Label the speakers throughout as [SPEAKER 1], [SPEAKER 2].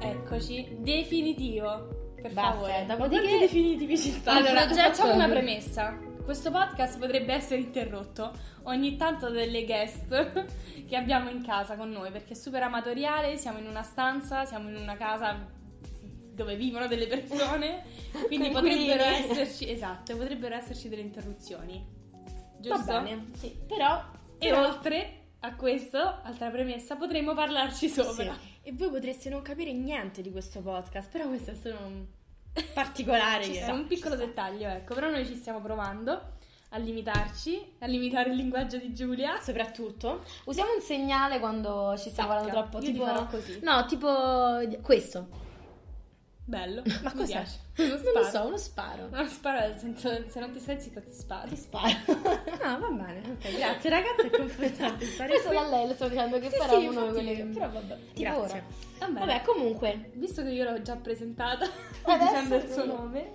[SPEAKER 1] Eccoci, definitivo. Per
[SPEAKER 2] Basta,
[SPEAKER 1] favore,
[SPEAKER 2] dopodiché-
[SPEAKER 1] Ma quanti definitivi ci stanno?
[SPEAKER 2] Allora,
[SPEAKER 1] Allora, già facciamo
[SPEAKER 2] facciamo-
[SPEAKER 1] una premessa. Questo podcast potrebbe essere interrotto ogni tanto dalle guest che abbiamo in casa con noi perché è super amatoriale, siamo in una stanza, siamo in una casa dove vivono delle persone, quindi
[SPEAKER 2] Tranquilli.
[SPEAKER 1] potrebbero esserci, esatto, potrebbero esserci delle interruzioni. Giusto?
[SPEAKER 2] Va bene, sì. Però,
[SPEAKER 1] E
[SPEAKER 2] però-
[SPEAKER 1] oltre a questo, altra premessa, potremmo parlarci sopra.
[SPEAKER 2] sì. E voi potreste non capire niente di questo podcast, però questo è solo un particolare
[SPEAKER 1] Ci
[SPEAKER 2] che-
[SPEAKER 1] sta un piccolo dettaglio, ecco, però noi ci stiamo provando a limitarci, a limitare il linguaggio di Giulia.
[SPEAKER 2] Soprattutto,
[SPEAKER 3] Usiamo un segnale quando ci stiamo
[SPEAKER 1] Sappia,
[SPEAKER 3] parlando troppo.
[SPEAKER 1] io ti
[SPEAKER 3] tipo...
[SPEAKER 1] farò così.
[SPEAKER 3] No, tipo questo.
[SPEAKER 1] Bello.
[SPEAKER 3] Ma
[SPEAKER 1] mi
[SPEAKER 3] cos'è?
[SPEAKER 1] piace.
[SPEAKER 3] Non
[SPEAKER 1] sparo.
[SPEAKER 3] lo so, uno sparo.
[SPEAKER 1] Non sparo nel senso, se non ti stai zitta ti sparo.
[SPEAKER 3] Ti sparo.
[SPEAKER 2] No, va bene. ok, grazie ragazzi, è confortante stare
[SPEAKER 3] Questo
[SPEAKER 2] qui.
[SPEAKER 3] da lei lo sto dicendo che
[SPEAKER 2] Sì,
[SPEAKER 3] farà
[SPEAKER 2] sì,
[SPEAKER 3] uno di
[SPEAKER 2] infatti,
[SPEAKER 3] quelli che...
[SPEAKER 2] però vabbè.
[SPEAKER 3] Tipo
[SPEAKER 2] Grazie.
[SPEAKER 3] ora.
[SPEAKER 1] Vabbè, ecco,
[SPEAKER 3] Vabbè, comunque.
[SPEAKER 1] visto che io l'ho già presentata
[SPEAKER 3] Adesso
[SPEAKER 1] dicendo il suo
[SPEAKER 3] sì.
[SPEAKER 1] nome.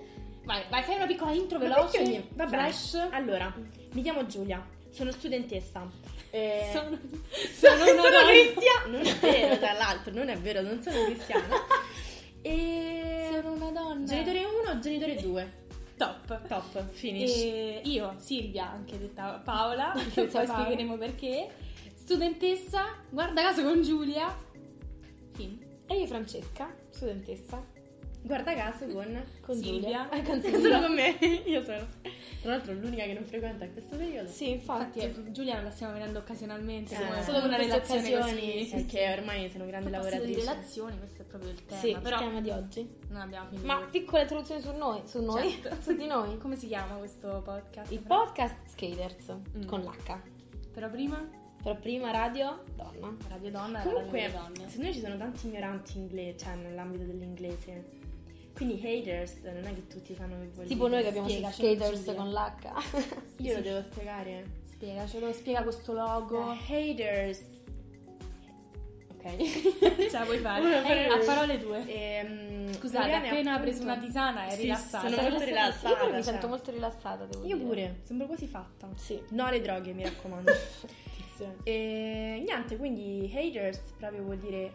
[SPEAKER 1] Vai, vai, fai una piccola intro
[SPEAKER 2] Vabbè,
[SPEAKER 1] veloce,
[SPEAKER 2] chiudi. Va bene.
[SPEAKER 1] fresh.
[SPEAKER 2] Allora, mi chiamo Giulia, sono studentessa. Eh,
[SPEAKER 1] Sono,
[SPEAKER 2] sono,
[SPEAKER 1] sono una donna.
[SPEAKER 2] cristiana. Non è vero, tra l'altro, non è vero, non sono cristiana. E...
[SPEAKER 1] Sono una donna.
[SPEAKER 2] Genitore 1, genitore 2.
[SPEAKER 1] Eh. top.
[SPEAKER 2] Top, finish.
[SPEAKER 1] E io, Silvia, anche detta Paola,
[SPEAKER 3] Detta
[SPEAKER 1] poi
[SPEAKER 3] Paola.
[SPEAKER 1] spiegheremo perché, studentessa, guarda caso con Giulia, Fin.
[SPEAKER 3] E io Francesca, studentessa.
[SPEAKER 2] Guarda caso con...
[SPEAKER 3] Con
[SPEAKER 1] Silvia.
[SPEAKER 3] Giulia. Ah, con
[SPEAKER 2] Solo
[SPEAKER 3] Silvia.
[SPEAKER 2] con me, io sono. Tra l'altro l'unica che non frequenta questo periodo.
[SPEAKER 3] Sì, infatti.
[SPEAKER 1] Infatti eh, Giulia non la stiamo vedendo occasionalmente,
[SPEAKER 2] Eh,
[SPEAKER 1] come
[SPEAKER 2] solo
[SPEAKER 1] una
[SPEAKER 3] con queste
[SPEAKER 1] relazione
[SPEAKER 3] occasioni,
[SPEAKER 1] così.
[SPEAKER 3] sì,
[SPEAKER 2] Perché ormai sono
[SPEAKER 1] Parlando
[SPEAKER 2] grande
[SPEAKER 1] di
[SPEAKER 2] lavoratrice.
[SPEAKER 1] relazioni, questo è proprio il tema,
[SPEAKER 3] Sì,
[SPEAKER 1] però
[SPEAKER 3] il tema di oggi.
[SPEAKER 1] non abbiamo finito.
[SPEAKER 3] Ma piccola introduzione su noi, su noi,
[SPEAKER 1] Certo.
[SPEAKER 3] su di noi.
[SPEAKER 1] Come si chiama questo podcast?
[SPEAKER 3] Il
[SPEAKER 1] Fra?
[SPEAKER 3] podcast Skaters
[SPEAKER 2] Mm.
[SPEAKER 3] con l'H.
[SPEAKER 1] Però prima,
[SPEAKER 3] Però prima radio, donna.
[SPEAKER 1] Radio Donna era
[SPEAKER 2] Comunque,
[SPEAKER 1] Radio delle Donne.
[SPEAKER 2] secondo me ci sono tanti ignoranti inglese, cioè nell'ambito dell'inglese. Quindi haters, non è che tutti sanno che vuol
[SPEAKER 3] Tipo
[SPEAKER 2] dire.
[SPEAKER 3] noi che abbiamo
[SPEAKER 1] Spiegaci,
[SPEAKER 3] Skaters
[SPEAKER 1] Giulia.
[SPEAKER 3] con l'H.
[SPEAKER 2] Io lo devo spiegare.
[SPEAKER 1] Spiegacelo, spiega questo logo.
[SPEAKER 2] Haters. Ok.
[SPEAKER 1] Ce la puoi fare.
[SPEAKER 2] Una parola.
[SPEAKER 1] a parole due.
[SPEAKER 2] Ehm,
[SPEAKER 1] Scusate,
[SPEAKER 2] Mariana,
[SPEAKER 1] appena ha
[SPEAKER 2] appunto-
[SPEAKER 1] preso una tisana è
[SPEAKER 2] Sì,
[SPEAKER 1] rilassata.
[SPEAKER 2] sono molto rilassata,
[SPEAKER 3] Io pure mi
[SPEAKER 2] cioè.
[SPEAKER 3] sento molto rilassata, devo
[SPEAKER 2] Io
[SPEAKER 3] dire.
[SPEAKER 2] pure, sembro quasi fatta.
[SPEAKER 3] Sì.
[SPEAKER 2] No alle droghe, mi raccomando. e niente, quindi haters proprio vuol dire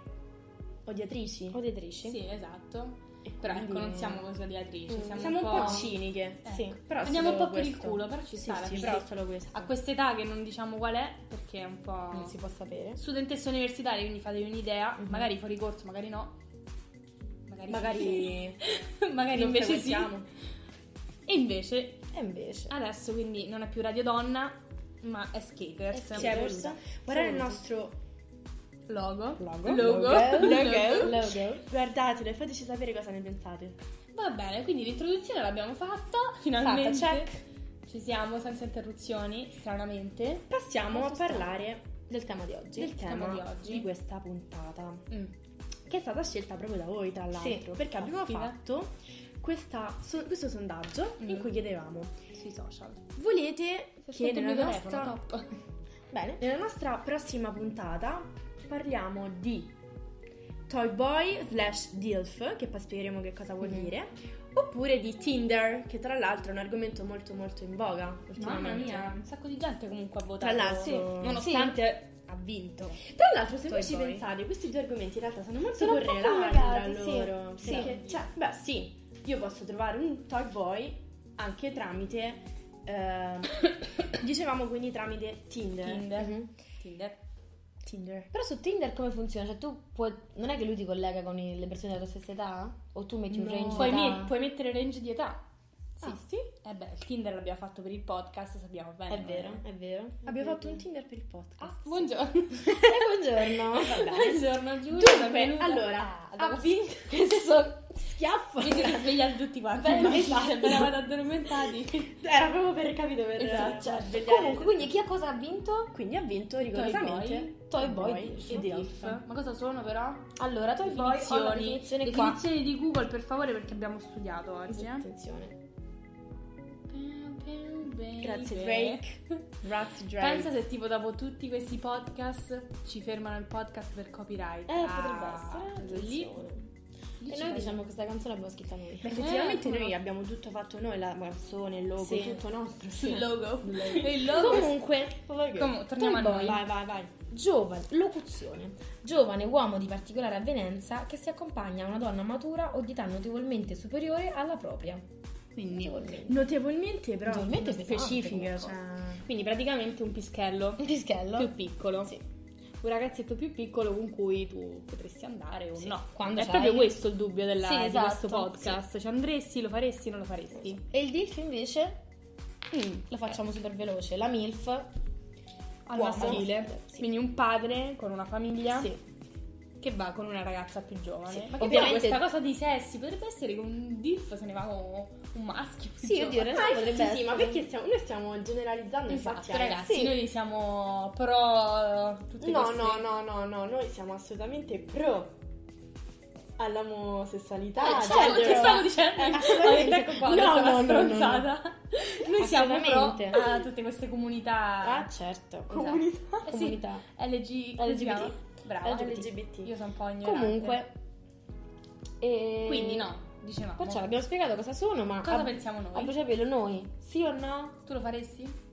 [SPEAKER 2] odiatrici.
[SPEAKER 3] Odiatrici.
[SPEAKER 1] Sì, esatto.
[SPEAKER 2] E
[SPEAKER 1] Però ecco,
[SPEAKER 2] quindi-
[SPEAKER 1] non siamo così odiatrici,
[SPEAKER 3] Mm.
[SPEAKER 1] siamo,
[SPEAKER 2] siamo, un po', Eh. ciniche.
[SPEAKER 1] Ecco.
[SPEAKER 3] Sì.
[SPEAKER 2] Però
[SPEAKER 1] Andiamo un
[SPEAKER 2] solo
[SPEAKER 1] po' per il
[SPEAKER 2] questo.
[SPEAKER 1] culo, però ci
[SPEAKER 2] Sì,
[SPEAKER 1] sta alla
[SPEAKER 2] sì,
[SPEAKER 1] fine.
[SPEAKER 2] però solo questo.
[SPEAKER 1] A quest'età che non diciamo qual è, perché è un po'...
[SPEAKER 3] Non si può sapere.
[SPEAKER 1] Studentessa universitaria, quindi fatevi un'idea,
[SPEAKER 2] Mhm.
[SPEAKER 1] magari fuori corso, magari no. Magari,
[SPEAKER 2] Magari
[SPEAKER 1] sì. magari
[SPEAKER 2] non
[SPEAKER 1] invece sì.
[SPEAKER 2] frequentiamo.
[SPEAKER 1] E invece,
[SPEAKER 3] E
[SPEAKER 2] Ah,
[SPEAKER 3] invece.
[SPEAKER 1] adesso quindi non è più Radio Donna, ma è Skaters.
[SPEAKER 3] È
[SPEAKER 2] Sì, è
[SPEAKER 3] Sì,
[SPEAKER 2] questo.
[SPEAKER 3] voluta.
[SPEAKER 2] Guardate il
[SPEAKER 3] Voluta.
[SPEAKER 2] nostro
[SPEAKER 1] Logo.
[SPEAKER 3] Logo.
[SPEAKER 1] Logo.
[SPEAKER 3] Logo.
[SPEAKER 1] Logo.
[SPEAKER 3] Logo.
[SPEAKER 2] Guardatelo e fateci sapere cosa ne pensate.
[SPEAKER 1] Va bene, quindi l'introduzione l'abbiamo fatta, finalmente.
[SPEAKER 3] check.
[SPEAKER 1] Ci siamo senza interruzioni, stranamente.
[SPEAKER 2] Passiamo a parlare
[SPEAKER 3] Del tema di oggi.
[SPEAKER 2] del tema
[SPEAKER 1] di oggi.
[SPEAKER 2] di questa puntata,
[SPEAKER 1] Mm.
[SPEAKER 2] che è stata scelta proprio da voi, tra l'altro, perché abbiamo
[SPEAKER 1] Caspita.
[SPEAKER 2] fatto questa so- questo sondaggio in
[SPEAKER 1] Mm.
[SPEAKER 2] cui chiedevamo:
[SPEAKER 1] Sui social.
[SPEAKER 2] volete che
[SPEAKER 1] Ascolta il mio
[SPEAKER 2] nella
[SPEAKER 1] telefono,
[SPEAKER 2] nostra,
[SPEAKER 1] top.
[SPEAKER 3] Bene.
[SPEAKER 2] nella nostra prossima puntata parliamo di Toy Boy slash DILF, che poi spiegheremo che cosa vuol
[SPEAKER 3] Mhm.
[SPEAKER 2] dire, oppure di Tinder, che tra l'altro è un argomento molto molto in voga
[SPEAKER 1] Mamma
[SPEAKER 2] ultimamente.
[SPEAKER 1] mia, Cioè, un sacco di gente comunque ha votato.
[SPEAKER 2] Tra l'altro,
[SPEAKER 1] nonostante ha vinto.
[SPEAKER 2] Tra l'altro, se voi
[SPEAKER 3] Toy
[SPEAKER 2] ci
[SPEAKER 3] Boy.
[SPEAKER 2] pensate, questi due argomenti in realtà sono molto
[SPEAKER 3] Sono un po'
[SPEAKER 2] correlati
[SPEAKER 3] collegati,
[SPEAKER 2] tra
[SPEAKER 3] sì.
[SPEAKER 2] loro.
[SPEAKER 3] Sì.
[SPEAKER 2] Perché, cioè, beh, sì, io posso trovare un toy boy anche tramite ehm, dicevamo quindi tramite Tinder.
[SPEAKER 1] Tinder.
[SPEAKER 3] Mhm.
[SPEAKER 1] Tinder.
[SPEAKER 2] Tinder.
[SPEAKER 3] Però su Tinder come funziona? Cioè tu puoi... Non è che lui ti collega con i- le persone della tua stessa età? O tu metti un
[SPEAKER 2] No.
[SPEAKER 3] range
[SPEAKER 1] Puoi,
[SPEAKER 3] d'età?
[SPEAKER 1] met- puoi mettere range di età.
[SPEAKER 3] Ah.
[SPEAKER 1] Sì, sì. Eh beh, il Tinder l'abbiamo fatto per il podcast, sappiamo bene.
[SPEAKER 3] È vero, è vero.
[SPEAKER 2] Abbiamo fatto un
[SPEAKER 3] Tinder.
[SPEAKER 2] Tinder per il podcast.
[SPEAKER 1] Ah, buongiorno.
[SPEAKER 3] Eh, buongiorno.
[SPEAKER 1] buongiorno Giulia.
[SPEAKER 2] Dunque,
[SPEAKER 1] benvenuta.
[SPEAKER 2] allora,
[SPEAKER 3] Ah, dopo
[SPEAKER 2] ah,
[SPEAKER 3] sì. questo schiaffo.
[SPEAKER 1] Vi siete svegliati tutti quanti.
[SPEAKER 3] Beh,
[SPEAKER 1] Esatto.
[SPEAKER 3] esatto.
[SPEAKER 1] Eravate addormentati.
[SPEAKER 2] Era proprio per capito per
[SPEAKER 1] Esatto,
[SPEAKER 2] cioè,
[SPEAKER 3] Certo.
[SPEAKER 2] svegliare.
[SPEAKER 3] Comunque, quindi chi a cosa ha vinto?
[SPEAKER 2] Quindi ha vinto rigorosamente
[SPEAKER 3] Toy Boy.
[SPEAKER 2] e
[SPEAKER 3] Toy
[SPEAKER 2] The Elf.
[SPEAKER 1] Tiff. Ma cosa sono però?
[SPEAKER 3] Allora, tu poi ho la
[SPEAKER 1] Definizioni.
[SPEAKER 3] definizione qua. Esatto.
[SPEAKER 1] Definizioni di Google, per favore, perché abbiamo studiato oggi. eh.
[SPEAKER 3] Attenzione.
[SPEAKER 2] Grazie Drake. Grazie Drake.
[SPEAKER 1] Pensa se tipo dopo tutti questi podcast ci fermano il podcast per copyright.
[SPEAKER 3] Eh,
[SPEAKER 1] Ah,
[SPEAKER 3] potrebbe essere.
[SPEAKER 1] quello Lì,
[SPEAKER 3] Attenzione.
[SPEAKER 1] lì
[SPEAKER 3] E
[SPEAKER 1] ci
[SPEAKER 3] noi
[SPEAKER 1] fai-
[SPEAKER 3] diciamo questa canzone l'abbiamo scritta noi.
[SPEAKER 2] Ma effettivamente
[SPEAKER 1] Eh,
[SPEAKER 2] noi
[SPEAKER 1] come-
[SPEAKER 2] abbiamo tutto fatto noi, la canzone, il logo,
[SPEAKER 3] Sì.
[SPEAKER 2] tutto nostro.
[SPEAKER 1] sul logo. Il logo.
[SPEAKER 3] Comunque,
[SPEAKER 1] Comunque, torniamo
[SPEAKER 3] Toy
[SPEAKER 1] a
[SPEAKER 3] Boy.
[SPEAKER 1] noi.
[SPEAKER 2] Vai, vai, vai.
[SPEAKER 3] Giovane, locuzione. Giovane uomo di particolare avvenenza che si accompagna a una donna matura o di età notevolmente superiore alla propria.
[SPEAKER 1] Quindi,
[SPEAKER 3] Notevolmente.
[SPEAKER 2] Notevolmente però
[SPEAKER 3] Notevolmente pesante
[SPEAKER 2] specifiche,
[SPEAKER 3] come
[SPEAKER 2] cioè...
[SPEAKER 1] quindi praticamente un pischello
[SPEAKER 3] Un pischello.
[SPEAKER 1] più piccolo.
[SPEAKER 3] Sì.
[SPEAKER 1] Un ragazzetto più piccolo con cui tu potresti andare o
[SPEAKER 3] Sì.
[SPEAKER 1] no.
[SPEAKER 3] Quando
[SPEAKER 1] È
[SPEAKER 3] c'hai-
[SPEAKER 1] proprio questo il dubbio della,
[SPEAKER 3] Sì,
[SPEAKER 1] di
[SPEAKER 3] esatto,
[SPEAKER 1] questo podcast. Ci andresti, lo faresti, non lo faresti?
[SPEAKER 3] E il DILF invece
[SPEAKER 1] Mm.
[SPEAKER 3] lo facciamo super veloce. La MILF
[SPEAKER 1] Al
[SPEAKER 3] Uomo.
[SPEAKER 1] maschile.
[SPEAKER 3] Sì.
[SPEAKER 1] Quindi un padre con una famiglia
[SPEAKER 3] Sì.
[SPEAKER 1] che va con una ragazza più giovane.
[SPEAKER 3] Sì.
[SPEAKER 1] Ma che però
[SPEAKER 3] Ovviamente-
[SPEAKER 1] questa cosa di sessi potrebbe essere che un diff se ne va con un maschio. più
[SPEAKER 3] Sì, oddio, in
[SPEAKER 1] giovane.
[SPEAKER 3] realtà potrebbe
[SPEAKER 2] sì, sì,
[SPEAKER 3] essere.
[SPEAKER 2] ma perché stiamo, noi stiamo generalizzando
[SPEAKER 1] Esatto,
[SPEAKER 2] infatti eh.
[SPEAKER 1] ragazzi,
[SPEAKER 3] sì.
[SPEAKER 1] noi siamo pro eh, tutte
[SPEAKER 2] No,
[SPEAKER 1] queste-
[SPEAKER 2] no, no, no, no, noi siamo assolutamente pro all'omosessualità.
[SPEAKER 1] Ah,
[SPEAKER 3] Ah,
[SPEAKER 1] cioè,
[SPEAKER 3] certo.
[SPEAKER 1] che stavo dicendo?
[SPEAKER 3] Eh, assolutamente.
[SPEAKER 1] Ah, ecco qua, ho
[SPEAKER 3] No,
[SPEAKER 1] detto una
[SPEAKER 3] no, no,
[SPEAKER 1] stronzata. Noi siamo pro
[SPEAKER 3] Assolutamente.
[SPEAKER 1] a tutte queste comunità
[SPEAKER 3] Ah, certo.
[SPEAKER 2] Comunità.
[SPEAKER 3] Esatto.
[SPEAKER 1] Eh sì.
[SPEAKER 3] Comunità.
[SPEAKER 1] LG, come si chiama? Brava,
[SPEAKER 3] LGBT.
[SPEAKER 2] LGBT.
[SPEAKER 1] Io sono un po' ignorante.
[SPEAKER 3] Comunque. e-
[SPEAKER 1] Quindi no, dicevamo.
[SPEAKER 3] Perciò abbiamo spiegato cosa sono, ma
[SPEAKER 1] Cosa
[SPEAKER 3] a-
[SPEAKER 1] pensiamo
[SPEAKER 3] a
[SPEAKER 1] noi?
[SPEAKER 3] bruciapelo noi, sì o no?
[SPEAKER 1] Tu lo faresti?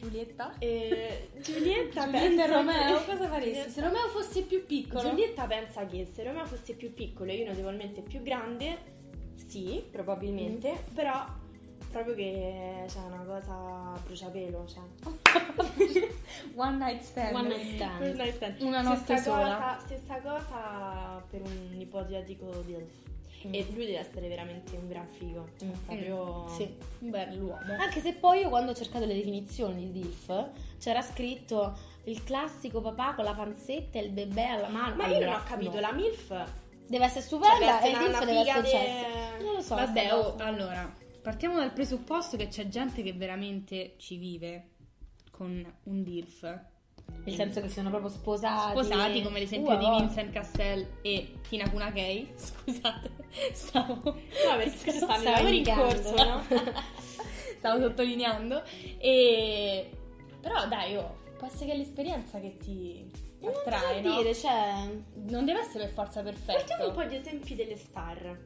[SPEAKER 1] Giulietta?
[SPEAKER 2] Eh, Giulietta,
[SPEAKER 1] Giulietta
[SPEAKER 2] pensa
[SPEAKER 1] e Romeo,
[SPEAKER 2] che-
[SPEAKER 1] cosa faresti? Se Romeo fosse più piccolo,
[SPEAKER 2] Giulietta pensa che se Romeo fosse più piccolo e io notevolmente più grande, sì, probabilmente,
[SPEAKER 1] Mm.
[SPEAKER 2] però proprio che c'è una cosa a bruciapelo, cioè.
[SPEAKER 1] one night stand.
[SPEAKER 3] One night
[SPEAKER 1] Ah,
[SPEAKER 3] stand.
[SPEAKER 2] First night stand.
[SPEAKER 1] Una notte
[SPEAKER 2] stessa
[SPEAKER 1] sola.
[SPEAKER 2] Cosa, stessa cosa per un ipotetico DILF.
[SPEAKER 3] Mm.
[SPEAKER 2] E lui deve essere veramente un gran figo, cioè
[SPEAKER 3] Mm.
[SPEAKER 2] proprio...
[SPEAKER 3] Sì.
[SPEAKER 1] Un bell'uomo.
[SPEAKER 3] Anche se poi io quando ho cercato le definizioni di DILF c'era scritto il classico papà con la panzetta e il bebè alla mano.
[SPEAKER 2] Ah, Ma io
[SPEAKER 3] Allora,
[SPEAKER 2] non ho capito,
[SPEAKER 3] no.
[SPEAKER 2] la MILF... cioè,
[SPEAKER 3] Deve essere stupenda
[SPEAKER 2] deve
[SPEAKER 3] e il
[SPEAKER 2] essere
[SPEAKER 3] DILF
[SPEAKER 2] una
[SPEAKER 3] deve
[SPEAKER 2] figa
[SPEAKER 3] essere
[SPEAKER 2] de-
[SPEAKER 3] cesso. Non lo so.
[SPEAKER 1] Vabbè,
[SPEAKER 3] sta
[SPEAKER 1] oh,
[SPEAKER 3] cosa.
[SPEAKER 1] allora, partiamo dal presupposto che c'è gente che veramente ci vive con un DILF.
[SPEAKER 3] Nel senso che sono proprio sposati.
[SPEAKER 1] Sposati, come l'esempio
[SPEAKER 3] Uh,
[SPEAKER 1] di
[SPEAKER 3] oh.
[SPEAKER 1] Vincent Castell e Tina Kunakei. Scusate, stavo...
[SPEAKER 2] No, perché ci stanno i
[SPEAKER 3] Stai
[SPEAKER 2] lavori in
[SPEAKER 3] indicando.
[SPEAKER 2] corso, no?
[SPEAKER 1] Stavo sottolineando. E... Però dai, oh, può essere che è l'esperienza che ti
[SPEAKER 3] Non so
[SPEAKER 1] attrae, no?
[SPEAKER 3] dire, cioè...
[SPEAKER 1] Non deve essere per forza perfetto.
[SPEAKER 2] Partiamo un po' gli esempi delle star.